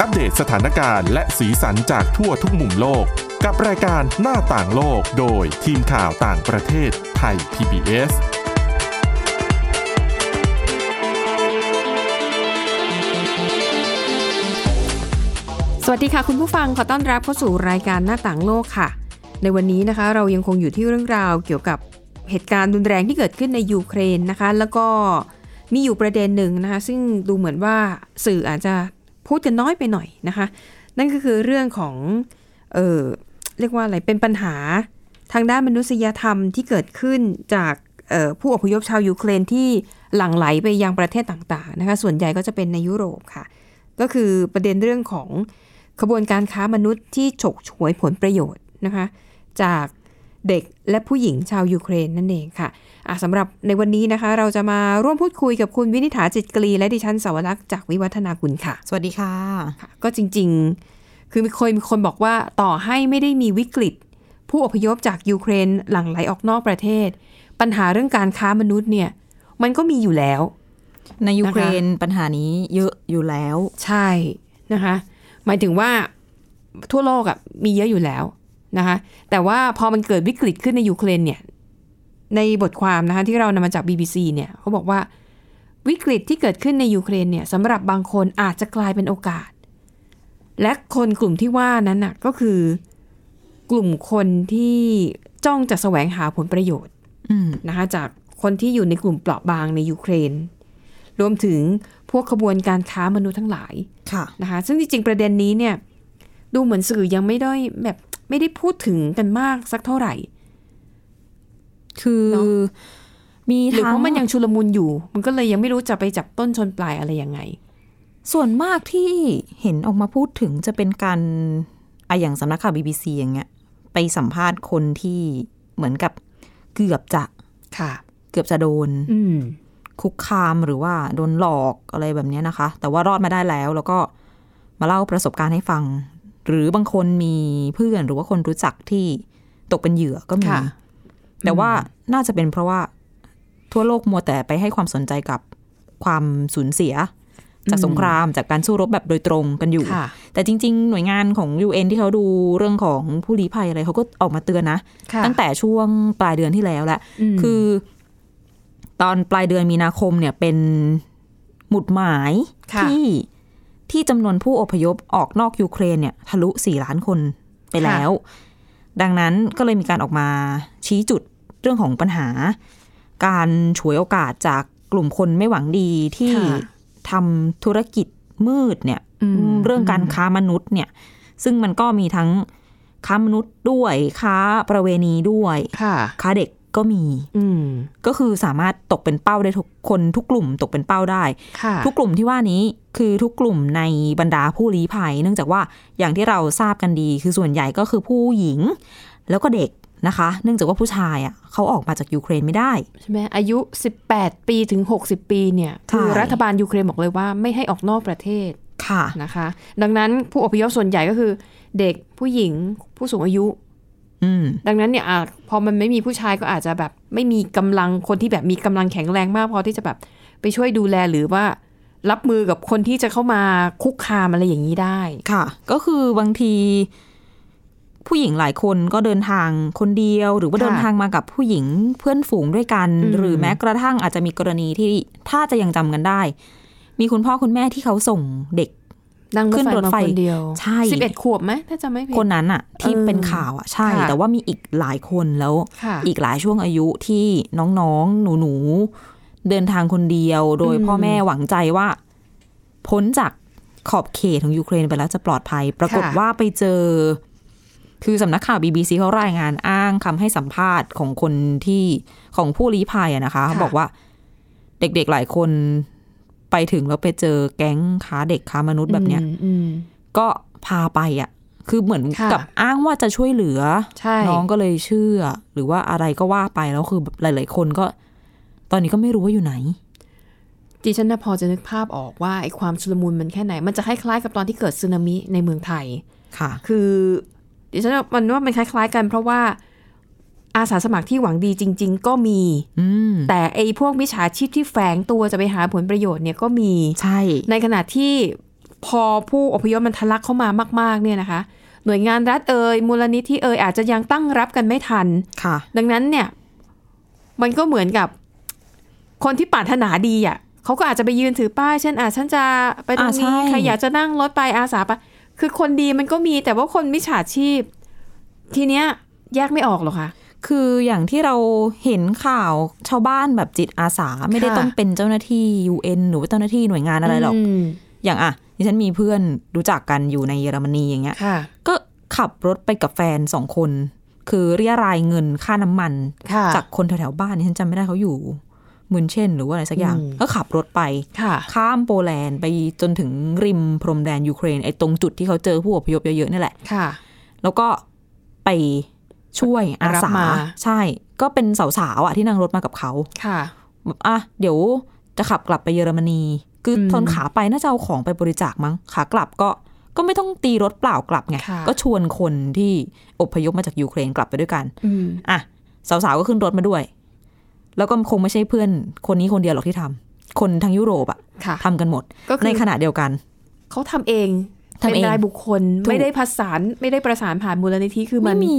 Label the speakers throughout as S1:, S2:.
S1: อัปเดตสถานการณ์และสีสันจากทั่วทุกมุมโลก กับรายการหน้าต่างโลกโดยทีมข่าวต่างประเทศไทย PBS
S2: สวัสดีค่ะ คุณผู้ฟังขอต้อนรับเข้าสู่รายการหน้าต่างโลกค่ะ ในวันนี้นะคะ เรายังคงอยู่ที่เรื่องราวเกี่ยวกับเหตุการณ์รุนแรงที่เกิดขึ้นในยูเครนนะคะ แล้วก็มีอยู่ประเด็นหนึ่งนะคะ ซึ่งดูเหมือนว่าสื่ออาจจะพูดกันน้อยไปหน่อยนะคะ นั่นก็คือเรื่องของเออเรียกว่าอะไรเป็นปัญหาทางด้านมนุษยธรรมที่เกิดขึ้นจากเอ่อผู้อพยพชาวยูเครนที่หลั่งไหลไปยังประเทศต่างๆนะคะ ส่วนใหญ่ก็จะเป็นในยุโรปค่ะ ก็คือประเด็นเรื่องของ ขบวนการค้ามนุษย์ที่ฉกฉวยผลประโยชน์นะคะ จากเด็กและผู้หญิงชาวยูเครนนั่นเองค่ะอ่ะสำหรับในวันนี้นะคะ เราจะมาร่วมพูดคุยกับคุณวินิษฐาจิตกรีและดิฉันสาวรักษ์จากวิวัฒนาคุณค่ะ
S3: สวัสดีค่ะ
S2: ค่ะก็จริงๆ คือมีเคยมีคนบอกว่าต่อให้ไม่ได้มีวิกฤต ผู้อพยพจากยูเครนหลั่งไหลออกนอกประเทศ ปัญหาเรื่องการค้ามนุษย์เนี่ย มันก็มีอยู่แล้ว
S3: ในยูเครนปัญหานี้เยอะอยู่แล้ว
S2: ใช่นะคะ หมายถึงว่าทั่วโลกอะมีเยอะอยู่แล้วนะคะ แต่ว่าพอมันเกิดวิกฤตขึ้นในยูเครนเนี่ย ในบทความนะคะที่เรานำมาจาก BBC เนี่ยเขาบอกว่าวิกฤตที่เกิดขึ้นในยูเครนเนี่ยสำหรับบางคนอาจจะกลายเป็นโอกาส และคนกลุ่มที่ว่านั้นน่ะก็คือกลุ่มคนที่จ้องจะแสวงหาผลประโยชน์
S3: อืม
S2: นะคะจากคนที่อยู่ในกลุ่มเปราะบางในยูเครน รวมถึงพวกขบวนการค้ามนุษย์ทั้งหลาย
S3: ค่ะ
S2: นะคะซึ่งจริงๆประเด็นนี้เนี่ยดูเหมือนสื่อยังไม่ได้แบบไม่ได้พูดถึงกันมากสักเท่าไหร่
S3: คือ
S2: เนอะ
S3: มี
S2: หรือเพ
S3: ทั้ง
S2: ราะมันยังชุลมุนอยู่ มันก็เลยยังไม่รู้จะไปจับต้นชนปลายอะไรยังไง
S3: ส่วนมากที่เห็นออกมาพูดถึงจะเป็นการอะอย่างสำนักข่าว BBC อย่างเงี้ย ไปสัมภาษณ์คนที่เหมือนกับเกือบจะ
S2: ค่ะ
S3: เกือบจะโดน
S2: อืม
S3: คุกคามหรือว่าโดนหลอกอะไรแบบเนี้ยนะคะ แต่ว่ารอดมาได้แล้วแล้วก็มาเล่าประสบการณ์ให้ฟัง หรือบางคนมีเพื่อนหรือว่าคนรู้จักที่ตกเป็นเหยื่อก็มี
S2: ค่ะ
S3: แต่ว่าน่าจะเป็นเพราะว่าทั่วโลกมัวแต่ไปให้ความสนใจกับความสูญเสีย จากสงครามจากการสู้รบแบบโดยตรงกันอยู่
S2: ค่ะ
S3: แต่จริง ๆ หน่วยงานของ UN ที่เขาดูเรื่องของผู้ลี้ภัยอะไรเขาก็ออกมาเตือนนะ
S2: ค่ะ
S3: ตั้งแต่ช่วงปลายเดือนที่แล้วแหละ
S2: ม
S3: คือ ตอนปลายเดือนมีนาคมเนี่ยเป็นหมุดหมาย
S2: ค่ะ
S3: ที่ที่จำนวนผู้อพยพออกนอกยูเครนเนี่ยทะลุ 4 ล้านคนไปแล้ว ดังนั้นก็เลยมีการออกมาชี้จุดเรื่องของปัญหา การฉวยโอกาสจากกลุ่มคนไม่หวังดีที่
S2: ค่ะ
S3: ทำธุรกิจมืดเนี่ย
S2: อืม
S3: เรื่องการค้ามนุษย์เนี่ย ซึ่งมันก็มีทั้งค้ามนุษย์ด้วยค้าประเวณีด้วย
S2: ค่ะ
S3: ค้าเด็กก็มี
S2: อืม
S3: ก็คือสามารถตกเป็นเป้าได้ทุกคนทุกกลุ่มตกเป็นเป้าได้
S2: ค่ะ
S3: ทุกกลุ่มที่ว่านี้คือทุกกลุ่มในบรรดาผู้ลี้ภัย เนื่องจากว่าอย่างที่เราทราบกันดี คือส่วนใหญ่ก็คือผู้หญิง แล้วก็เด็กนะคะ เนื่องจากว่าผู้ชายอ่ะเขาออกมาจากยูเครนไม่ได้
S2: ใช่ไหมอายุ 18 ปีถึง 60 ปีเนี่ยคือ
S3: ใช่
S2: รัฐบาลยูเครนบอกเลยว่าไม่ให้ออกนอกประเทศ
S3: ค่ะ
S2: นะคะดังนั้นผู้อพยพส่วนใหญ่ก็คือเด็กผู้หญิงผู้สูงอายุ
S3: อืม
S2: ดังนั้นเนี่ยอะพอมันไม่มีผู้ชายก็อาจจะแบบไม่มีกำลังคนที่แบบมีกำลังแข็งแรงมากพอที่จะแบบไปช่วยดูแลหรือว่า รับมือกับคนที่จะเข้ามาคุกคามอะไรอย่างนี้ได้
S3: ค่ะ ก็คือบางที ผู้หญิงหลายคนก็เดินทางคนเดียว หรือว่า
S2: ค่ะ
S3: เดินทางมากับผู้หญิงเพื่อนฝูงด้วยกัน
S2: อืม
S3: หรือแม้กระทั่งอาจจะมีกรณีที่ถ้าจะยังจำกันได้ มีคุณพ่อคุณแม่ที่เขาส่งเด็ก
S2: นั่งรถ
S3: ขึ้น
S2: ไฟ
S3: รถ
S2: มา
S3: ไฟ
S2: คนเดียว
S3: ใช่
S2: สิบเอ็ดขวบไหมถ้าจะไม่ผิด
S3: คนนั้นอะที่
S2: เออ
S3: เป็นข่าวอะใช่
S2: ค่ะ
S3: แต่ว่ามีอีกหลายคนแล้ว
S2: ค่ะ
S3: อีกหลายช่วงอายุที่น้องๆ หนูๆ เดินทางคนเดียว โดย
S2: อืม
S3: พ่อแม่หวังใจว่า พ้นจากขอบเขตของยูเครนไปแล้วจะปลอดภัย ปรากฏว่าไปเจอ คือสำนักข่าว BBC เขารายงานอ้างคำให้สัมภาษณ์ของคนที่ของผู้ลี้ภัยอะนะคะเขาบอกว่าเด็กๆหลายคนไปถึงแล้วไปเจอแก๊งค้าเด็กค้ามนุษย์แบบเนี้ย
S2: อืมอืม
S3: ก็พาไปอ่ะ คือเหมือน
S2: ค่ะ
S3: กับอ้างว่าจะช่วยเหลือ
S2: ใช่
S3: น้องก็เลยเชื่อ หรือว่าอะไรก็ว่าไปแล้วคือหลาย ๆ คนก็ ตอนนี้ก็ไม่รู้ว่าอยู่ไหน
S2: ดิฉันนะพอจะนึกภาพออกว่าไอ้ความชุลมุนมันแค่ไหน มันจะคล้ายๆกับตอนที่เกิดสึนามิในเมืองไทย
S3: ค่ะ
S2: คือดิฉันว่ามันว่ามันคล้าย ๆ กัน เพราะว่าอาสาสมัครที่หวังดีจริง ๆ ก็มี
S3: อืม
S2: แต่ไอ้พวกมิจฉาชีพที่แฝงตัวจะไปหาผลประโยชน์เนี่ยก็มี
S3: ใช่
S2: ในขณะที่ พอผู้อพยพมันทะลักเข้ามามาก ๆ เนี่ยนะคะ หน่วยงานรัฐเอ่ยมูลนิธิเอ่ยอาจจะยังตั้งรับกันไม่ทัน
S3: ค่ะ
S2: ดังนั้นเนี่ยมันก็เหมือนกับคนที่ปรารถนาดีอ่ะเขาก็อาจจะไปยืนถือป้ายเช่นอ่ะฉันจะไปตรง
S3: อ่าใช่
S2: นี้ใครอยากจะนั่งรถไปอาสาไปคือคนดีมันก็มีแต่ว่าคนมิจฉาชีพ ทีเนี้ยแยกไม่ออกหรอกค่ะ
S3: คืออย่างที่เราเห็นข่าวชาวบ้านแบบจิตอาสาไม่ได้
S2: ค่ะ
S3: ต้องเป็นเจ้าหน้าที่ UN หรือว่าเจ้าหน้าที่หน่วยงานอะไรหรอก
S2: ม
S3: อย่างอ่ะดิฉันมีเพื่อนรู้จักกันอยู่ในเยอรมนีอย่างเงี้ย
S2: ค่ะ
S3: ก็ขับรถไปกับแฟนสองคน คือเรียรายเงินค่าน้ำมัน
S2: ค่ะ
S3: จากคนแถวๆบ้านนี่ฉันจำไม่ได้เขาอยู่มุนเช่น หรือว่าอะไรสักอย่าง
S2: อืม
S3: ก็ขับรถไป
S2: ค่ะ
S3: ข้ามโปแลนด์ไปจนถึงริมพรมแดนยูเครนไอ้ตรงจุดที่เขาเจอผู้อพยพเยอะๆนี่แหละ
S2: ค่ะ
S3: แล้วก็ไปช่วยอา
S2: รับ
S3: สา
S2: มา
S3: ใช่ ก็เป็นสาวๆอ่ะที่นั่งรถมากับเขา
S2: ค่ะ
S3: แบบอ่ะเดี๋ยวจะขับกลับไปเยอรมนี คืออ
S2: ม
S3: ตอนขาไปน่าจะเอาของไปบริจาคมั้งขากลับก็ก็ไม่ต้องตีรถเปล่ากลับไง
S2: ค่ะ
S3: ก็ชวนคนที่อพยพมาจากยูเครนกลับไปด้วยกัน
S2: อืม
S3: อ่ะสาวๆก็ขึ้นรถมาด้วย แล้วก็คงไม่ใช่เพื่อนคนนี้คนเดียวหรอกที่ทำคนทางยุโรปอะ
S2: ค่ะ
S3: ทำกันหมด
S2: ก็คือ
S3: ในขณะเดียวกัน
S2: เขาทำเอง
S3: ทำเอง
S2: เป็นรายบุคคล
S3: ถูก
S2: ไม่ได้ประสานไม่ได้ประสานผ่านมูลนิธิคือมั
S3: ไม่
S2: น
S3: มี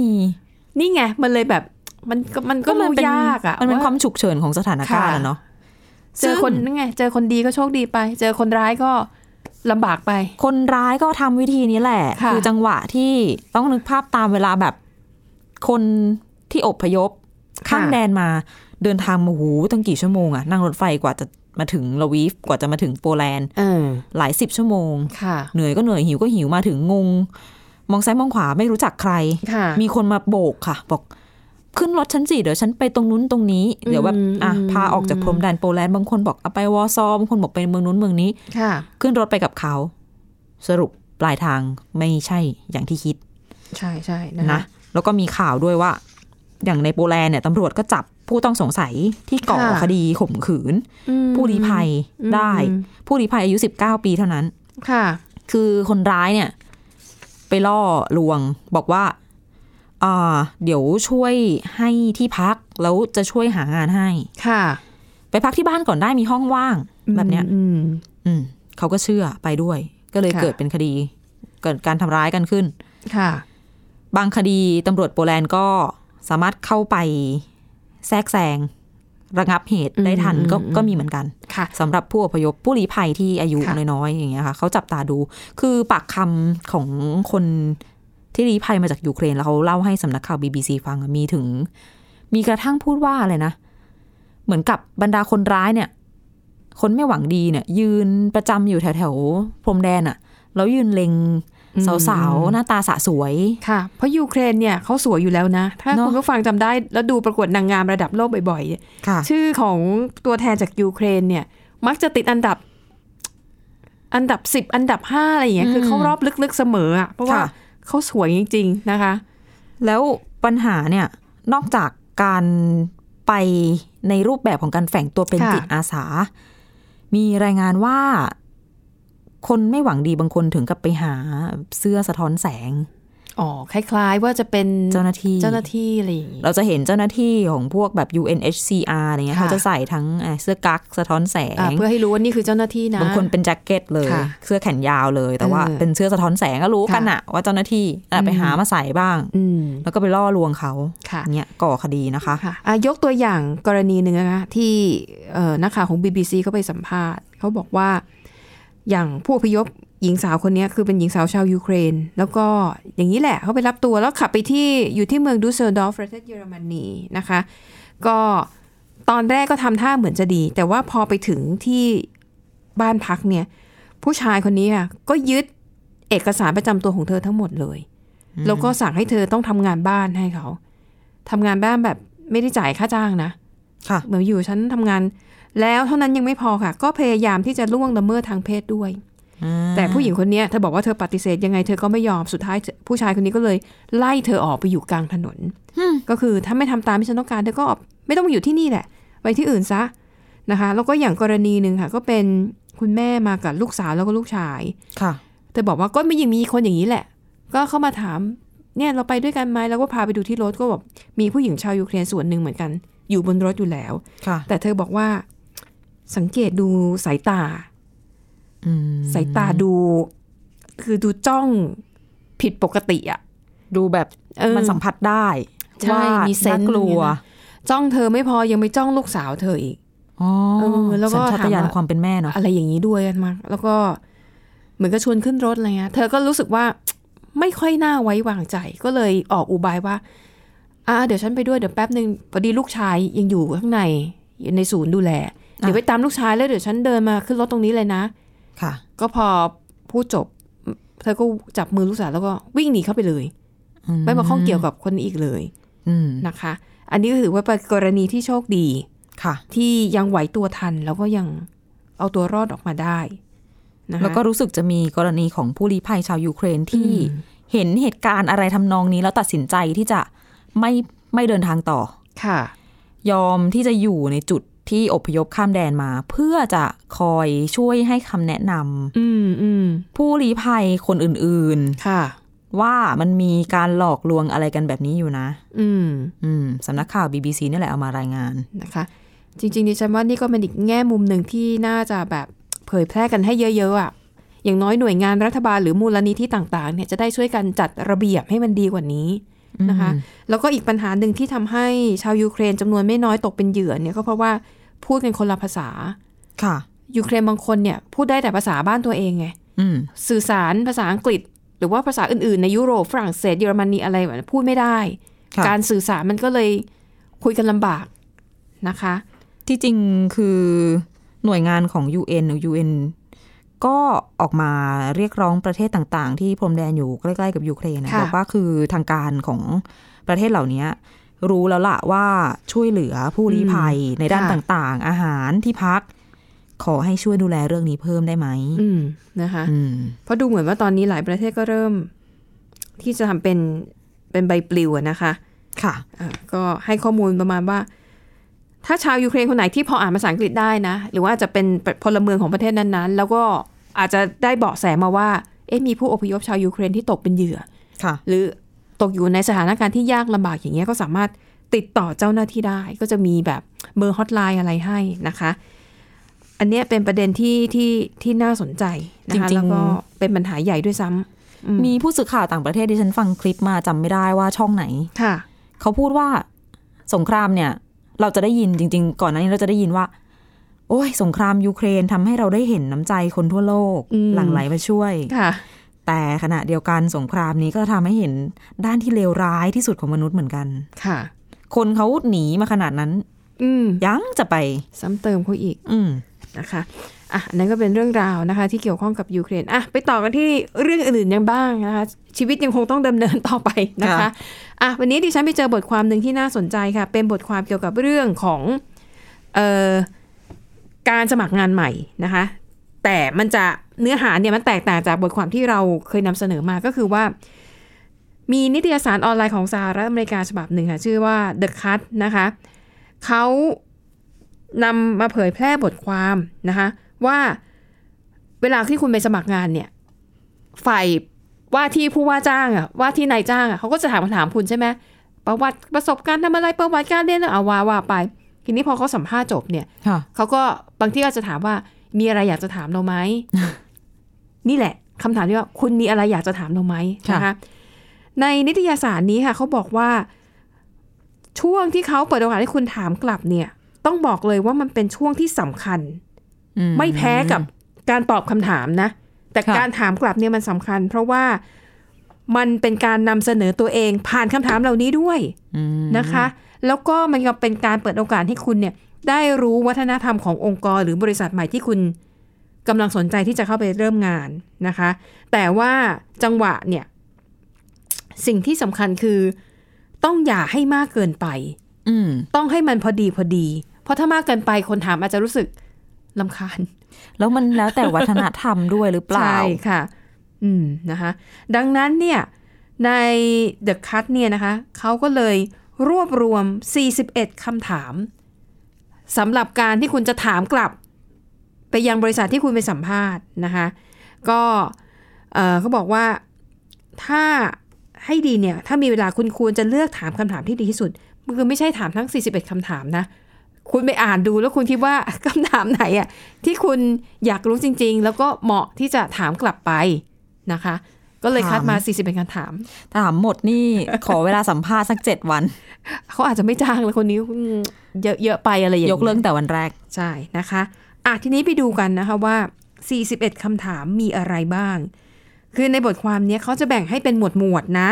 S2: นี่ไง มันเลยแบบมันก็มันก็รู้
S3: เป็น
S2: ยากอะ
S3: มันเป็น
S2: ว่า
S3: ความฉุกเฉินของสถานการณ์
S2: ค่ะ
S3: อะเนาะ
S2: เจอคน
S3: ซึ่ง
S2: นั่นไง เจอคนดีก็โชคดีไป เจอคนร้ายก็ลำบากไป
S3: คนร้ายก็ทำวิธีนี้แหละ
S2: ค่ะ
S3: อจังหวะที่ต้องนึกภาพตามเวลาแบบคนที่อบพยพข้ามแดนมาเดินทางมาโอ้โหูตั้งกี่ชั่วโมงอะนั่งรถไฟกว่าจะมาถึงลาวีฟกว่าจะมาถึงโปแลนด์
S2: เออ
S3: หลายสิบชั่วโมง
S2: ค่ะ
S3: เหนื่อยก็เหนื่อยหิวก็หิวมาถึงงง มองซ้ายมองขวาไม่รู้จักใคร
S2: ค่ะ
S3: มีคนมาโบกค่ะ บอกขึ้นรถฉันสิเดี๋ยวฉันไปตรงนู้นตรงนี้ เดี๋ยวแบบ
S2: อืม
S3: อ่ะ
S2: อืม
S3: พาออกจากพรมแดนโปแลนด์บางคนบอกเอาไปวอร์ซอว์บางคนบอกไปเมืองนู้นเมืองนี้
S2: ค่ะ
S3: ขึ้นรถไปกับเขา สรุปปลายทางไม่ใช่อย่างที่คิด
S2: ใช่ใช่
S3: นะ แล้วก็มีข่าวด้วยว่า อย่างในโปแลนด์เนี่ยตำรวจก็จับผู้ต้องสงสัยที่ก่อ
S2: ค่ะ
S3: คดีข่มขืน
S2: อืม
S3: ผู้ลี้ภัย
S2: อืม
S3: ได้ ผู้ลี้ภัยอายุ 19 ปีเท่านั้น
S2: ค่ะ
S3: คือคนร้ายเนี่ย ไปล่อลวง บอกว่าอ่าเดี๋ยวช่วยให้ที่พัก แล้วจะช่วยหางานให้
S2: ค่ะ
S3: ไปพักที่บ้านก่อนได้มีห้องว่าง แบบเนี้ย
S2: อืม
S3: อืมเขาก็เชื่อไปด้วย ก็เลย
S2: ค่ะ
S3: เกิดเป็นคดี เกิดการทำร้ายกันขึ้น
S2: ค่ะ
S3: บางคดีตำรวจโปแลนด์ก็สามารถเข้าไปแทรกแซง ระงับเหตุได้ทัน
S2: อืม
S3: ก็
S2: อืม
S3: ก็มีเหมือนกัน
S2: ค่ะ
S3: สำหรับผู้อพยพผู้ลี้ภัยที่อายุ
S2: ค่ะ
S3: น้อยๆอย่างเงี้ยค่ะเขาจับตาดู คือปากคำของคนที่ลี้ภัยมาจากยูเครนแล้วเขาเล่าให้สำนักข่าว BBC ฟังอะมีถึง มีกระทั่งพูดว่าอะไรนะ เหมือนกับบรรดาคนร้ายเนี่ย คนไม่หวังดีเนี่ย ยืนประจำอยู่แถวๆพรมแดนอะแล้วยืนเล็งสาวๆ หน้าตาสะสวย
S2: ค่ะ เพราะยูเครนเนี่ยเขาสวยอยู่แล้วนะ ถ้า
S3: เนอะ
S2: คุณผู้ฟังจำได้ แล้วดูประกวดนางงามระดับโลกบ่อยๆเนี่ย
S3: ค่ะ
S2: ชื่อของตัวแทนจากยูเครนเนี่ย มักจะติดอันดับ อันดับสิบอันดับห้าอะไรอย่างเงี้ยคือเขารอบลึกๆเสมออ่ะเพราะว่า
S3: ค่ะ
S2: เขาสวยจริง ๆ นะคะ
S3: แล้วปัญหาเนี่ยนอกจากการไปในรูปแบบของการแฝงตัวเป็น
S2: ค่ะ
S3: จิตอาสา มีรายงานว่าคนไม่หวังดีบางคนถึงกับไปหาเสื้อสะท้อนแสง
S2: อ๋อคล้ายๆ ว่าจะเป็น
S3: เจ้าหน้าที่
S2: เจ้าหน้าที่อะไรอย่างงี้
S3: เราจะเห็นเจ้าหน้าที่ของพวกแบบ UNHCR อะไรเงี้ย
S2: ค่ะ
S3: เขาจะใส่ทั้งอ่ะเสื้อกั๊กสะท้อนแส
S2: อ่าง เพื่อให้รู้ว่านี่คือเจ้าหน้าที่นะ
S3: บางคนเป็นแจ็คเก็ตเลย
S2: ค่ะ
S3: เสื้อแขนยาวเลย แต่ว่า
S2: เออ
S3: เป็นเสื้อสะท้อนแสงก็รู้กันอะว่าเจ้าหน้าที่อ่ะไป
S2: อืม
S3: หามาใส่บ้าง
S2: อืม
S3: แล้วก็ไปล่อลวงเขา
S2: ค่ะ
S3: เนี้ยก่อคดีนะคะ
S2: ค่ะอ่ะยกตัวอย่างกรณีหนึ่งนะคะที่เอ่อนักข่าวของ BBC เขาไปสัมภาษณ์เขาบอกว่าอย่างผู้อพยพหญิงสาวคนเนี้ยคือเป็นหญิงสาวชาวยูเครน แล้วก็อย่างนี้แหละเขาไปรับตัวแล้วขับไปที่อยู่ที่เมืองดูสเซลดอร์ฟประเทศเยอรมนีนะคะ ก็ตอนแรกก็ทำท่าเหมือนจะดี แต่ว่าพอไปถึงที่บ้านพักเนี่ยผู้ชายคนนี้ค่ะก็ยึดเอกสารประจำตัวของเธอทั้งหมดเลย แล้วก็สั่งให้เธอต้องทำงานบ้านให้เขา ทำงานบ้านแบบไม่ได้จ่ายค่าจ้างนะ
S3: ค่ะ
S2: เหมือนอยู่ฉันทำงาน แล้วเท่านั้นยังไม่พอค่ะ ก็พยายามที่จะล่วงละเมิดทางเพศด้วย
S3: อืม
S2: แต่ผู้หญิงคนเนี้ยเธอบอกว่าเธอปฏิเสธยังไงเธอก็ไม่ยอมสุดท้ายเธอผู้ชายคนนี้ก็เลยไล่เธอออกไปอยู่กลางถนน ก็คือถ้าไม่ทำตามที่ฉันต้องการเธอก็ออกไม่ต้องมาอยู่ที่นี่แหละ ไปที่อื่นซะนะคะ แล้วก็อย่างกรณีหนึ่งค่ะ ก็เป็นคุณแม่มากับลูกสาวแล้วก็ลูกชาย
S3: ค่ะ
S2: เธอบอกว่าก็ไม่ยังมีคนอย่างนี้แหละ ก็เข้ามาถาม เนี่ยเราไปด้วยกันไหมแล้วก็พาไปดูที่รถก็บอกมีผู้หญิงชาวยูเครนส่วนหนึ่งเหมือนกัน อยู่บนรถอยู่แล้ว
S3: ค่ะ
S2: แต่เธอบอกว่าสังเกตดูสายตา
S3: อืม
S2: สายตาดู คือดูจ้องผิดปกติอะ
S3: ดูแบบ
S2: เออ
S3: มันสัมผัสได้
S2: ใช่
S3: ว่า
S2: มีเซนส์
S3: ากลั
S2: เนี่
S3: ว
S2: ยนะ จ้องเธอไม่พอยังไปจ้องลูกสาวเธออีก
S3: อ๋อ
S2: เออแล้วก็
S3: สัญชาตญา
S2: ถา
S3: ณ
S2: มว่า
S3: ความเป็นแม่เนาะ
S2: อะไรอย่างนี้ด้วยมากแล้วก็เหมือนก็ชวนขึ้นรถอะไรเงี้ย เธอก็รู้สึกว่า ไม่ค่อยน่าไว้วางใจ ก็เลยออกอุบายว่า อ่า เดี๋ยวฉันไปด้วยเดี๋ยวแป๊บหนึ่งพอดีลูกชายยังอยู่ข้างในอยู่ในศูนย์ดูแล เดี๋ยวไปตามลูกชายแล้วเดี๋ยวฉันเดินมาขึ้นรถตรงนี้เลยนะ
S3: ค่ะ
S2: ก็พอพูดจบ เธอก็จับมือลูกสาวแล้วก็วิ่งหนีเข้าไปเลย
S3: อืม
S2: ไม่มาข้องเกี่ยวกับคนนี้อีกเลย
S3: อืม
S2: นะคะ อันนี้ก็ถือว่าเป็นกรณีที่โชคดี
S3: ค่ะ
S2: ที่ยังไหวตัวทันแล้วก็ยังเอาตัวรอดออกมาได้นะคะ
S3: แล้วก็รู้สึกจะมีกรณีของผู้ลี้ภัยชาวยูเครนที่เห็นเหตุการณ์อะไรทำนองนี้แล้วตัดสินใจที่จะไม่ไม่เดินทางต่อ
S2: ค่ะ
S3: ยอมที่จะอยู่ในจุดที่อพยพข้ามแดนมา เพื่อจะคอยช่วยให้คำแนะนำ
S2: อืมอืม
S3: ผู้ลี้ภัยคนอื่น
S2: ค่ะ
S3: ๆ ว่ามันมีการหลอกลวงอะไรกันแบบนี้อยู่นะ
S2: อืม
S3: อืมสำนักข่าว BBC นี่แหละเอามารายงาน
S2: นะคะ จริงๆดิฉันว่านี่ก็เป็นอีกแง่มุมหนึ่งที่น่าจะแบบเผยแพร่กันให้เยอะๆอ่ะอย่างน้อยหน่วยงานรัฐบาลหรือมูลนิธิต่างๆ เนี่ยจะได้ช่วยกันจัดระเบียบให้มันดีกว่านี้นะคะ แล้วก็อีกปัญหาหนึ่งที่ทำให้ชาวยูเครนจำนวนไม่น้อยตกเป็นเหยื่อเนี่ยก็เพราะว่าพูดกันคนละภาษา
S3: ค่ะ
S2: ยูเครนบางคนเนี่ยพูดได้แต่ภาษาบ้านตัวเองไง
S3: อืม
S2: สื่อสารภาษาอังกฤษ หรือว่าภาษาอื่นๆ ในยุโรปฝรั่งเศสเยอรมนีอะไรแบบนั้นพูดไม่ได้
S3: ค่ะ
S2: การสื่อสารมันก็เลยคุยกันลำบากนะคะ
S3: ที่จริงคือหน่วยงานของ UN หรือ UN ก็ออกมาเรียกร้องประเทศต่างๆ ที่พรมแดนอยู่ใกล้ๆกับยูเครนนะ
S2: ค่ะ
S3: บอกว่าคือทางการของประเทศเหล่านี้รู้แล้วล่ะว่าช่วยเหลือผู้ลี้ภัยในด้านต่างๆ อาหารที่พัก ขอให้ช่วยดูแลเรื่องนี้เพิ่มได้ไหม
S2: อืมนะคะ
S3: อืม
S2: เพราะดูเหมือนว่าตอนนี้หลายประเทศก็เริ่ม ที่จะทำเป็นเป็นใบปลิวอะนะคะ
S3: ค่ะ
S2: อ่ะก็ให้ข้อมูลประมาณว่า ถ้าชาวยูเครนคนไหนที่พออ่านภาษาอังกฤษได้นะ หรือว่าอาจจะเป็นพลเมืองของประเทศนั้นๆ แล้วก็อาจจะได้เบาะแสมาว่าเอ๊ะมีผู้อพยพชาวยูเครนที่ตกเป็นเหยื่อ
S3: ค่ะ
S2: หรือตกอยู่ในสถานการณ์ที่ยากลำบากอย่างเงี้ยก็สามารถติดต่อเจ้าหน้าที่ได้ ก็จะมีแบบเบอร์ฮอตไลน์อะไรให้นะคะ อันเนี้ยเป็นประเด็นที่ที่ที่น่าสนใจนะคะ
S3: จริงๆ
S2: แล้วก็เป็นปัญหาใหญ่ด้วยซ้ำอื
S3: มีผู้สื่อข่าวต่างประเทศที่ฉันฟังคลิปมาจำไม่ได้ว่าช่องไหน
S2: ค่ะ
S3: เขาพูดว่าสงครามเนี่ย เราจะได้ยินจริง ๆ ก่อนหน้านี้เราจะได้ยินว่า โอ้ยสงครามยูเครนทำให้เราได้เห็นน้ำใจคนทั่วโลก
S2: อืม
S3: หลั่งไหลมาช่วย
S2: ค่ะ
S3: แต่ขณะเดียวกันสงครามนี้ก็ทำให้เห็นด้านที่เลวร้ายที่สุดของมนุษย์เหมือนกัน
S2: ค่ะ
S3: คนเขาหนีมาขนาดนั้น
S2: อืม
S3: ยังจะไป
S2: ซ้ำเติมเขาอีก
S3: อืม
S2: นะคะอ่ะอันนั้นก็เป็นเรื่องราวนะคะ ที่เกี่ยวข้องกับยูเครนอ่ะไปต่อกันที่เรื่องอื่นๆยังบ้างนะคะ ชีวิตยังคงต้องดำเนินต่อไปนะคะอ่ะวันนี้ดิฉันไปเจอบทความหนึ่งที่น่าสนใจค่ะ เป็นบทความเกี่ยวกับเรื่องของ เอ่อการสมัครงานใหม่นะคะ แต่มันจะเนื้อหาเนี่ยมันแตกต่างจากบทความที่เราเคยนำเสนอมาก็คือว่า มีนิตยสารออนไลน์ของสหรัฐอเมริกาฉบับหนึ่งค่ะ ชื่อว่า The Cut นะคะเขานำมาเผยแพร่บทความนะคะ ว่าเวลาที่คุณไปสมัครงานเนี่ย ฝ่ายว่าที่ผู้ว่าจ้างอะว่าที่นายจ้างอะเขาก็จะถามคำถามคุณใช่ไหมประวัติประสบการณ์ทำอะไรประวัติการเรียนเอาว่าว่าไป ทีนี้พอเขาสัมภาษณ์จบเนี่ย
S3: ค่ะ
S2: เขาก็บางที่ก็จะถามว่ามีอะไรอยากจะถามเราไหม นี่แหละคำถามที่ว่าคุณมีอะไรอยากจะถามเราไหม
S3: ค่ะ
S2: นะคะในนิตยสารนี้ค่ะเขาบอกว่า ช่วงที่เขาเปิดโอกาสให้คุณถามกลับเนี่ย ต้องบอกเลยว่ามันเป็นช่วงที่สำคัญ
S3: อื
S2: ไม่แพ้กับการตอบคำถามนะ แต่การถามกลับเนี่ยมันสำคัญ เพราะว่ามันเป็นการนำเสนอตัวเองผ่านคำถามเหล่านี้ด้วย
S3: อืม
S2: นะคะ แล้วก็มันก็เป็นการเปิดโอกาสให้คุณเนี่ยได้รู้วัฒนธรรมขององค์กรหรือบริษัทใหม่ที่คุณกำลังสนใจที่จะเข้าไปเริ่มงานนะคะ แต่ว่าจังหวะเนี่ย สิ่งที่สำคัญคือต้องอย่าให้มากเกินไป
S3: อืม
S2: ต้องให้มันพอดีพอดี เพราะถ้ามากเกินไปคนถามอาจจะรู้สึกลำคาญ
S3: แล้วมันแล้วแต่วัฒนธรรมด้วยหรือเปล่า
S2: ใช่ค่ะ อืมนะคะ ดังนั้นเนี่ยใน The Cut เนี่ยนะคะเขาก็เลยรวบรวม 41คำถามสำหรับการที่คุณจะถามกลับไปยังบริษัทที่คุณไปสัมภาษณ์นะคะ ก็เอ่อเขาบอกว่าถ้าให้ดีเนี่ย ถ้ามีเวลาคุณควรจะเลือกถามคำถามที่ดีที่สุด คือไม่ใช่ถามทั้ง 41คำถามนะ คุณไปอ่านดูแล้วคุณคิดว่า คำถามไหนอะที่คุณอยากรู้จริง ๆ แล้วก็เหมาะที่จะถามกลับไปนะคะ ก็เลยคัดมา 41คำถาม
S3: ถามหมดนี่ ขอเวลาสัมภาษณ์สักเจ็ดวัน
S2: เขาอาจจะไม่จ้างแล้วคนนี้อืมเยอะเยอะไปอะไรอย่าง
S3: ย
S2: นี้
S3: กเลิกแต่วันแรก
S2: ใช่นะคะ อ่ะทีนี้ไปดูกันนะคะว่า 41คำถามมีอะไรบ้าง คือในบทความเนี้ยเขาจะแบ่งให้เป็นหมวดหมวดนะ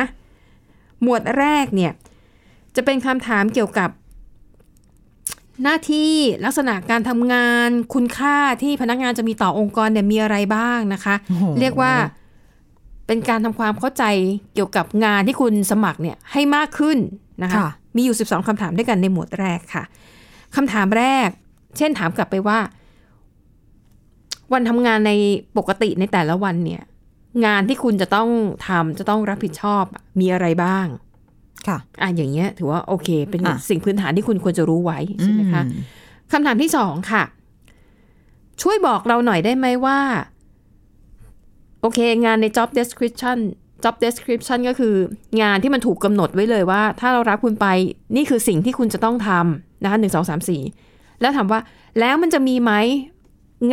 S2: หมวดแรกเนี่ยจะเป็นคำถามเกี่ยวกับ หน้าที่ลักษณะการทำงานคุณค่าที่พนักงานจะมีต่อองค์กรเนี่ยมีอะไรบ้างนะคะ
S3: โอ้โห
S2: เรียกว่าเป็นการทำความเข้าใจเกี่ยวกับงานที่คุณสมัครเนี่ยให้มากขึ้นนะคะ
S3: ค่ะ
S2: มีอยู่ 12คำถามด้วยกันในหมวดแรกค่ะคำถามแรก เช่นถามกลับไปว่า วันทำงานในปกติในแต่ละวันเนี่ย งานที่คุณจะต้องทำจะต้องรับผิดชอบอะมีอะไรบ้าง
S3: ค่ะ
S2: อ่ะอย่างเงี้ยถือว่าโอเค เป็น
S3: อ่ะ
S2: สิ่งพื้นฐานที่คุณควรจะรู้ไว้ใช่ไหมคะ
S3: อืม
S2: คำถามที่สองค่ะ ช่วยบอกเราหน่อยได้ไหมว่า โอเค งานใน job description job description ก็คืองานที่มันถูกกำหนดไว้เลยว่า ถ้าเรารับคุณไปนี่คือสิ่งที่คุณจะต้องทำนะคะหนึ่งสองสามสี่แล้วถามว่า แล้วมันจะมีไหม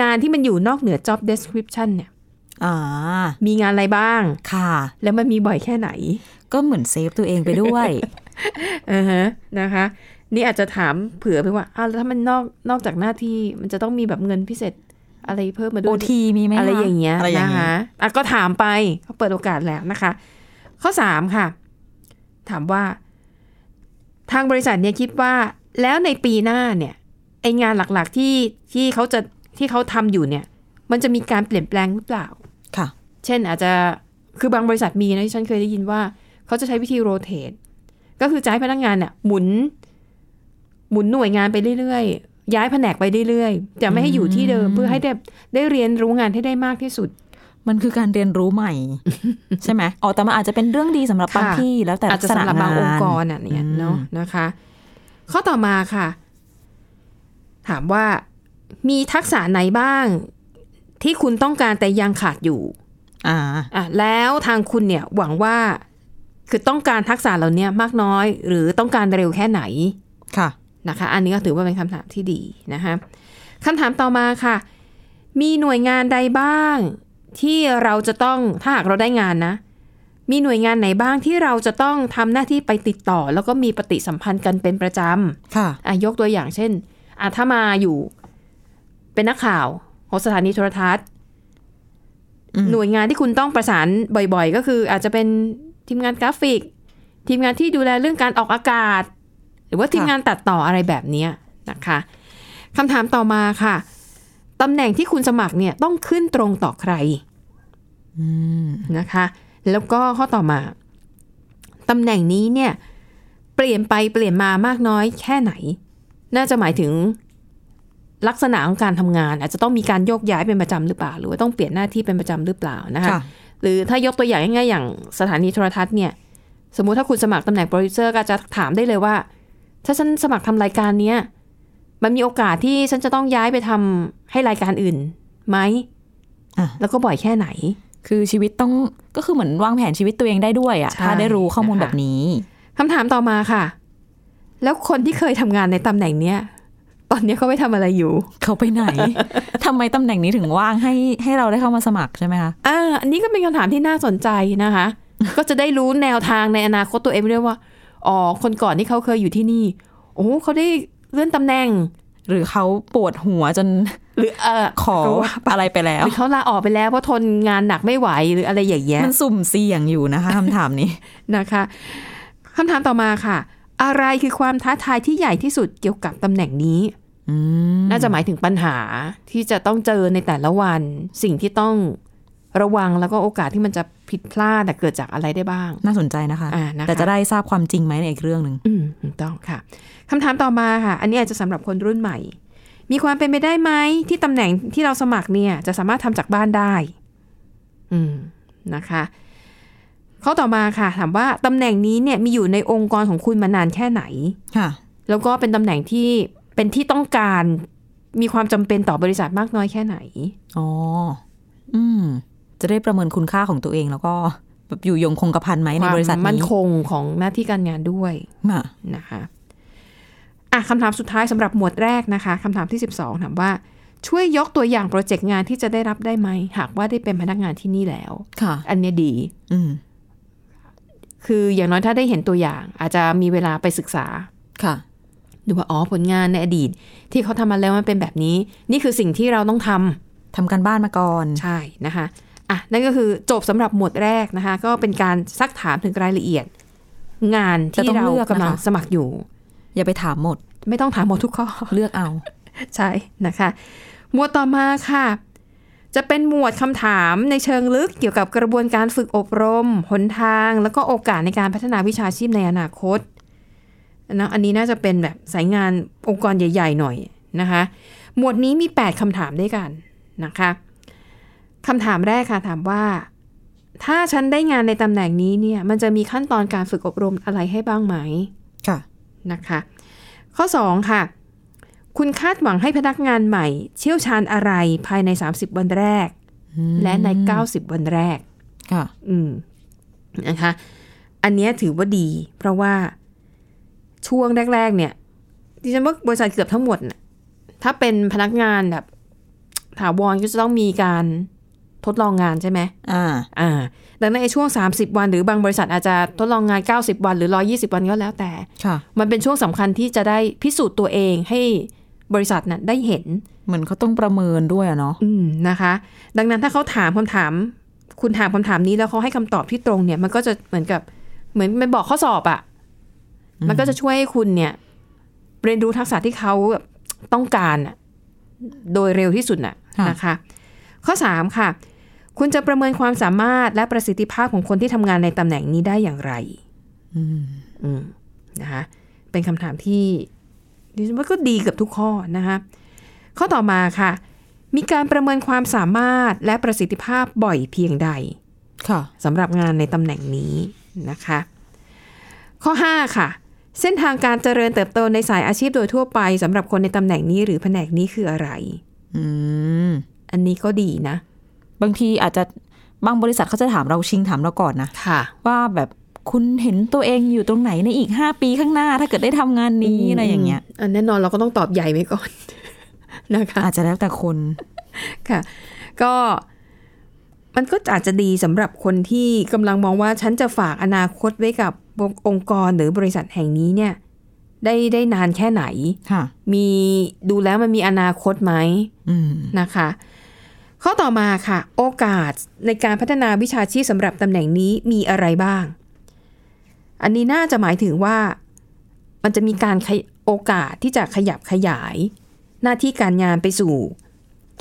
S2: งานที่มันอยู่นอกเหนือ job description เนี่ย
S3: อ่า
S2: มีงานอะไรบ้าง
S3: ค่ะ
S2: แล้วมันมีบ่อยแค่ไหน
S3: ก็เหมือนเซฟตัวเองไปด้วย
S2: อือฮะนะคะ นี่อาจจะถามเผื่อไปว่าอ้าวแล้วถ้ามันนอกนอกจากหน้าที่มันจะต้องมีแบบเงินพิเศษอะไรเพิ่มมาด้
S3: โอ
S2: วย
S3: ทีมีไหมค
S2: อะไรอย่างเงี้ย
S3: อะไรอย่าง
S2: นะ
S3: เงี้ย
S2: คะอ่ะก็ถามไปเขาเปิดโอกาสแล้วนะคะ ข้อสามค่ะ ถามว่า ทางบริษัทเนี่ยคิดว่า แล้วในปีหน้าเนี่ยไองานหลักๆที่ที่เขาจะที่เขาทำอยู่เนี่ย มันจะมีการเปลี่ยนแปลงหรือเปล่า
S3: ค่ะ
S2: เช่นอาจจะคือบางบริษัทมีนะที่ฉันเคยได้ยินว่า เขาจะใช้วิธีโรเตทก็คือจะให้พนักงานเนี่ยหมุน หมุนหน่วยงานไปเรื่อยๆ ย้ายแผนกไปเรื่อยๆจะไม่ให้อยู่ที่เดิมเพื่อให้ได้ได้เรียนรู้งานให้ได้มากที่สุด
S3: มันคือการเรียนรู้ ใหม่ ใช่ไหมอ๋อแต่มันอาจจะเป็นเรื่องดีสำหรับบาง
S2: ค่ะ
S3: ที่แล้วแต่
S2: อาจจะสำหรับบางองค์กร
S3: ลัษณะ
S2: อ่ะเนี่ย
S3: อืม
S2: เนาะนะคะ ข้อต่อมาค่ะ ถามว่ามีทักษะไหนบ้าง ที่คุณต้องการแต่ยังขาดอยู่
S3: อ่า
S2: อ่ะแล้วทางคุณเนี่ยหวังว่าคือต้องการทักษะเหล่าเนี้ยมากน้อย หรือต้องการเร็วแค่ไหน
S3: ค่ะ
S2: นะคะ อันนี้ก็ถือว่าเป็นคำถามที่ดีนะคะคำถามต่อมาค่ะ มีหน่วยงานใดบ้าง ที่เราจะต้องถ้าหากเราได้งานนะ มีหน่วยงานไหนบ้างที่เราจะต้องทำหน้าที่ไปติดต่อ แล้วก็มีปฏิสัมพันธ์กันเป็นประจำ
S3: ค่ะ
S2: อ่ะยกตัวอย่างเช่นอ่ะถ้ามาอยู่เป็นนักข่าวของสถานีโทรทัศน์
S3: อืม
S2: หน่วยงานที่คุณต้องประสานบ่อยๆ ก็คืออาจจะเป็นทีมงานกราฟิก ทีมงานที่ดูแลเรื่องการออกอากาศ หรือว่าทีมงานตัดต่ออะไรแบบเนี้ยนะคะคำถามต่อมาค่ะตำแหน่งที่คุณสมัครเนี่ยต้องขึ้นตรงต่อใคร
S3: อืม
S2: นะคะ แล้วก็ข้อต่อมาตำแหน่งนี้เนี่ย เปลี่ยนไปเปลี่ยนมามากน้อยแค่ไหน น่าจะหมายถึงลักษณะของการทำงาน อาจจะต้องมีการโยกย้ายเป็นประจำหรือเปล่า หรือว่าต้องเปลี่ยนหน้าที่เป็นประจำหรือเปล่านะคะ
S3: ค่ะ
S2: หรือถ้ายกตัวอย่างง่ายๆอย่างสถานีโทรทัศน์เนี่ย สมมุติถ้าคุณสมัครตำแหน่งโปรดิวเซอร์ก็จะถามได้เลยว่า ถ้าฉันสมัครทำรายการเนี้ยมันมีโอกาสที่ฉันจะต้องย้ายไปทำให้รายการอื่นไหม
S3: อ่ะ
S2: แล้วก็บ่อยแค่ไหน
S3: คือชีวิตต้องก็คือเหมือนวางแผนชีวิตตัวเองได้ด้วยอะ
S2: ใช่
S3: ถ้าได้รู้ข้อมูล
S2: นะคะ
S3: แบบนี้
S2: คำถามต่อมาค่ะ แล้วคนที่เคยทำงานในตำแหน่งเนี้ย ตอนเนี้ยเขาไปทำอะไรอยู่
S3: เขาไป ไหน ทำไมตำแหน่งนี้ถึงว่างให้ให้เราได้เข้ามาสมัครใช่ไหมคะ
S2: อ่าอันนี้ก็เป็นคำถามที่น่าสนใจนะคะ ก็จะได้รู้แนวทางในอนาคตตัวเองไปด้วยว่าอ๋อคนก่อนที่เขาเคยอยู่ที่นี่ โอ้โหเขาได้เลื่อนตำแหน่ง
S3: หรือเขาปวดหัวจน
S2: หรือเออ
S3: ขออะไรไปแล้
S2: ห
S3: ว
S2: รือเขาลาออกไปแล้วเพราะทนงานหนักไม่ไหวหรืออะไรอย่างเงี้ย
S3: มันสุ่มเสี่ยงอยู่นะคะคำถามนี้
S2: นะคะคำถามต่อมาค่ะ อะไรคือความท้าทายที่ใหญ่ที่สุดเกี่ยวกับตำแหน่งนี้
S3: อืม
S2: น่าจะหมายถึงปัญหาที่จะต้องเจอในแต่ละวัน สิ่งที่ต้องระวังแล้วก็โอกาสที่มันจะผิดพลาดแต่เกิดจากอะไรได้บ้าง
S3: น่าสนใจนะคะ
S2: อ่านะคะ
S3: แต่จะได้ทราบความจริงไหมในยอีกเรื่องหนึ่ง
S2: อืมถูกต้องค่ะคำถามต่อมาค่ะ อันนี้อาจจะสำหรับคนรุ่นใหม่ มีความเป็นไปได้ไหมที่ตำแหน่งที่เราสมัครเนี่ย จะสามารถทำจากบ้านได้ อืมนะคะข้อต่อมาค่ะ ถามว่าตำแหน่งนี้เนี่ยมีอยู่ในองค์กรของคุณมานานแค่ไหน
S3: ค่ะ
S2: แล้วก็เป็นตำแหน่งที่เป็นที่ต้องการมีความจำเป็นต่อบริษัทมากน้อยแค่ไหน
S3: อ๋อ อืม จะได้ประเมินคุณค่าของตัวเองแล้วก็แบบอยู่ยงคงกระพันไหมในบริษัท
S2: ความมั่น
S3: นี้
S2: คงของหน้าที่การงานด้วย
S3: อ่ะ
S2: นะคะ อ่ะ อ่ะคำถามสุดท้ายสำหรับหมวดแรกนะคะคำถามที่ 12 ถามว่าช่วยยกตัวอย่างโปรเจกต์งานที่จะได้รับได้ไหม หากว่าได้เป็นพนักงานที่นี่แล้ว
S3: ค่ะ
S2: อันเนี้ยดี
S3: อืม
S2: คืออย่างน้อยถ้าได้เห็นตัวอย่าง อาจจะมีเวลาไปศึกษา
S3: ค่ะ
S2: ดูว่าอ๋อผลงานในอดีต ที่เขาทำมาแล้วมันเป็นแบบนี้ นี่คือสิ่งที่เราต้องทำ
S3: ทำการบ้านมาก่อน
S2: ใช่นะคะอ่ะนั่นก็คือจบสำหรับหมวดแรกนะคะ ก็เป็นการซักถามถึงรายละเอียด งานที่
S3: แต่ต้อง
S2: เรา
S3: เลือกนะคะ
S2: กำลังสมัครอยู่
S3: อย่าไปถามหมด
S2: ไม่ต้องถามหมดทุกข้อ
S3: เลือกเอา
S2: ใช่นะคะ หมวดต่อมาค่ะ จะเป็นหมวดคำถามในเชิงลึกเกี่ยวกับกระบวนการฝึกอบรม หนทาง แล้วก็โอกาสในการพัฒนาวิชาชีพในอนาคตนะอันนี้น่าจะเป็นแบบสายงานองค์กรใหญ่ ๆ หน่อยนะคะ หมวดนี้มี 8คำถามด้วยกันนะคะคำถามแรกค่ะถามว่า ถ้าฉันได้งานในตำแหน่งนี้เนี่ยมันจะมีขั้นตอนการฝึกอบรมอะไรให้บ้างไหม
S3: ค่ะ
S2: นะคะ ข้อ 2 ค่ะ คุณคาดหวังให้พนักงานใหม่ เชี่ยวชาญอะไรภายใน 30 วันแรก และใน 90 วันแรก
S3: ค่ะ
S2: อืมนะคะ อันเนี้ยถือว่าดี เพราะว่าช่วงแรก ๆ เนี่ยดิฉันว่าบริษัทเกือบทั้งหมดน่ะถ้าเป็นพนักงานแบบถาวรก็จะต้องมีการทดลองงานใช่ไหม
S3: อ่า
S2: อ่าดังนั้นไอ้ช่วง 30 วัน หรือบางบริษัทอาจจะทดลองงาน 90 วัน หรือ 120 วันก็แล้วแต่
S3: ค่ะ
S2: มันเป็นช่วงสำคัญที่จะได้พิสูจน์ตัวเองให้บริษัทนั้นได้เห็น
S3: เหมือนเขาต้องประเมินด้วยอะเนาะ
S2: อืมนะคะ ดังนั้นถ้าเขาถามคำถาม คุณถามคำถามนี้แล้วเขาให้คำตอบที่ตรงเนี่ย มันก็จะเหมือนกับเหมือนมันบอกข้อสอบอะ่ะ มันก็จะช่วยให้คุณเนี่ย เรียนรู้ทักษะที่เขาแบบต้องการอะโดยเร็วที่สุดน่ะ
S3: ค่ะ
S2: นะคะ ข้อสามค่ะ คุณจะประเมินความสามารถและประสิทธิภาพของคนที่ทำงานในตำแหน่งนี้ได้อย่างไร
S3: อืม
S2: อืมนะคะเป็นคำถามที่ดิฉันว่าก็ดีเกับทุกข้อนะคะข้อต่อมาค่ะ มีการประเมินความสามารถและประสิทธิภาพบ่อยเพียงใด
S3: ค่ะ
S2: สำหรับงานในตำแหน่งนี้นะคะ ข้อ 5 ค่ะ เส้นทางการเจริญเติบโตในสายอาชีพโดยทั่วไปสำหรับคนในตำแหน่งนี้หรือแผนกนี้คืออะไร
S3: อืม
S2: อันนี้ก็ดีนะ
S3: บางทีอาจจะ บางบริษัทเขาจะถามเราชิงถามเราก่อนนะ
S2: ค่ะ
S3: ว่าแบบคุณเห็นตัวเองอยู่ตรงไหนในอีก 5 ปีข้างหน้า ถ้าเกิดได้ทำงานนี้อะไรอย่างเงี้ย
S2: อันแน่นอนเราก็ต้องตอบใหญ่ไว้ก่อน นะคะ
S3: อาจจะแล้วแต่คน
S2: ค่ะก็มันก็อาจจะดีสำหรับคนที่กำลังมองว่าฉันจะฝากอนาคตไว้กับองค์กรหรือบริษัทแห่งนี้เนี่ยได้ได้นานแค่ไหน
S3: ค่ะ
S2: มีดูแล้วมันมีอนาคตไหม
S3: อืม
S2: นะคะ ข้อต่อมาค่ะ โอกาสในการพัฒนาวิชาชีพสำหรับตำแหน่งนี้มีอะไรบ้าง อันนี้น่าจะหมายถึงว่ามันจะมีการขยโอกาสที่จะขยับขยาย หน้าที่การงานไปสู่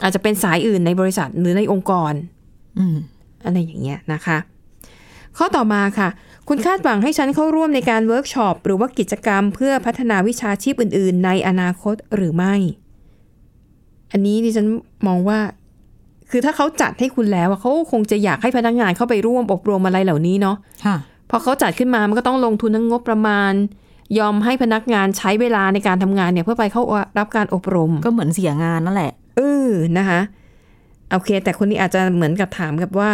S2: อาจจะเป็นสายอื่นในบริษัทหรือในองค์กร
S3: อืม
S2: อะไรอย่างเงี้ยนะคะ ข้อต่อมาค่ะ คุณคาดหวังให้ฉันเข้าร่วมในการเวิร์กช็อปหรือว่ากิจกรรมเพื่อพัฒนาวิชาชีพอื่น ๆ ในอนาคตหรือไม่ อันนี้ดิฉันมองว่า คือถ้าเขาจัดให้คุณแล้วอะเขาคงจะอยากให้พนักงานเข้าไปร่วมอบรมอะไรเหล่านี้เนาะ
S3: ค่ะ
S2: พอเขาจัดขึ้นมา มันก็ต้องลงทุนทั้งงบประมาณ ยอมให้พนักงานใช้เวลาในการทำงานเนี่ยเพื่อไปเข้ารับการอบรม
S3: ก็เหมือนเสียงานนั่นแหละ
S2: เออนะคะโอเค แต่คนนี้อาจจะเหมือนกับถามกับว่า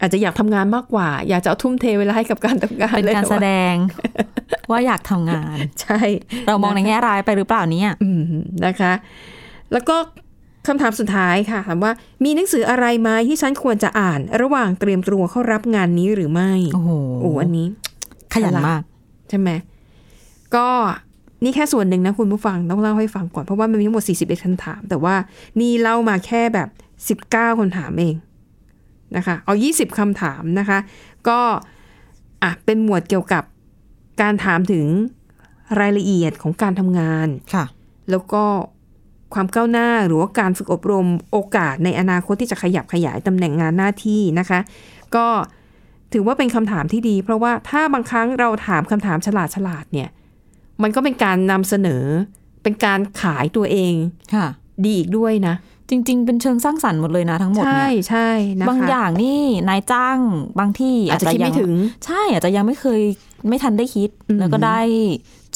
S2: อาจจะอยากทำงานมากกว่า อยากจะเอาทุ่มเทเวลาให้กับการทำงาน
S3: เป็น
S2: เลย
S3: การ
S2: ต่
S3: แส
S2: ว่
S3: ดง ว่าอยากทำงาน
S2: ใช่
S3: เรามองในแง่ร้ายไปหรือเปล่าเนี่ย
S2: อืมนะคะ แล้วก็คำถามสุดท้ายค่ะถามว่ามีหนังสืออะไรไหมที่ฉันควรจะอ่าน ระหว่างเตรียมตัวเข้ารับงานนี้หรือไม่
S3: โอ้โห
S2: โอ้อันนี้
S3: ขยันมาก
S2: ใช่ไหมก็นี่แค่ส่วนหนึ่งนะคุณผู้ฟังต้องเล่าให้ฟังก่อน เพราะว่ามันมีทั้งหมด 41คำถาม แต่ว่านี่เล่ามาแค่แบบ 19คำถามเองนะคะ เอา 20คำถามนะคะ ก็อ่ะเป็นหมวดเกี่ยวกับการถามถึงรายละเอียดของการทำงาน
S3: ค่ะ
S2: แล้วก็ความก้าวหน้าหรือว่าการฝึกอบรมโอกาสในอนาคตที่จะขยับขยายตำแหน่งงานหน้าที่นะคะ ก็ถือว่าเป็นคำถามที่ดี เพราะว่าถ้าบางครั้งเราถามคำถามฉลาดฉลาดๆเนี่ย มันก็เป็นการนำเสนอ เป็นการขายตัวเอง
S3: ค่ะ
S2: ดีอีกด้วยนะ
S3: จริง ๆ เป็นเชิงสร้างสรรค์หมดเลยนะทั้งหมด
S2: ใช่
S3: เนี่ย
S2: ใช่นะคะ
S3: บางอย่างนี่นายจ้างบางที่
S2: อาจจะคิด
S3: ยั
S2: ไม่ถึง
S3: ใช่อาจจะยังไม่เคยไม่ทันได้คิด
S2: อืม
S3: แล้วก็ได้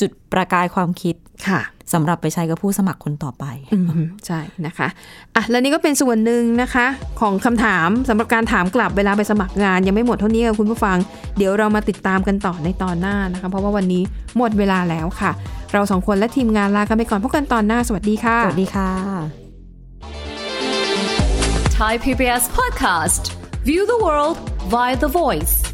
S3: จุดประกายความคิด
S2: ค่ะ
S3: สำหรับไปใช้กับผู้สมัครคนต่อไป
S2: อืมใช่นะคะอ่ะแล้วนี่ก็เป็นส่วนหนึ่งนะคะ ของคำถามสำหรับการถามกลับเวลาไปสมัครงาน ยังไม่หมดเท่านี้ค่ะคุณผู้ฟัง เดี๋ยวเรามาติดตามกันต่อในตอนหน้านะคะ เพราะว่าวันนี้หมดเวลาแล้วค่ะ เราสองคนและทีมงานลากันไปก่อนพบกันตอนหน้าสวัสดีค่ะ
S3: สวัสดีค่ะ
S4: Thai PBS podcast. View the world via the voice.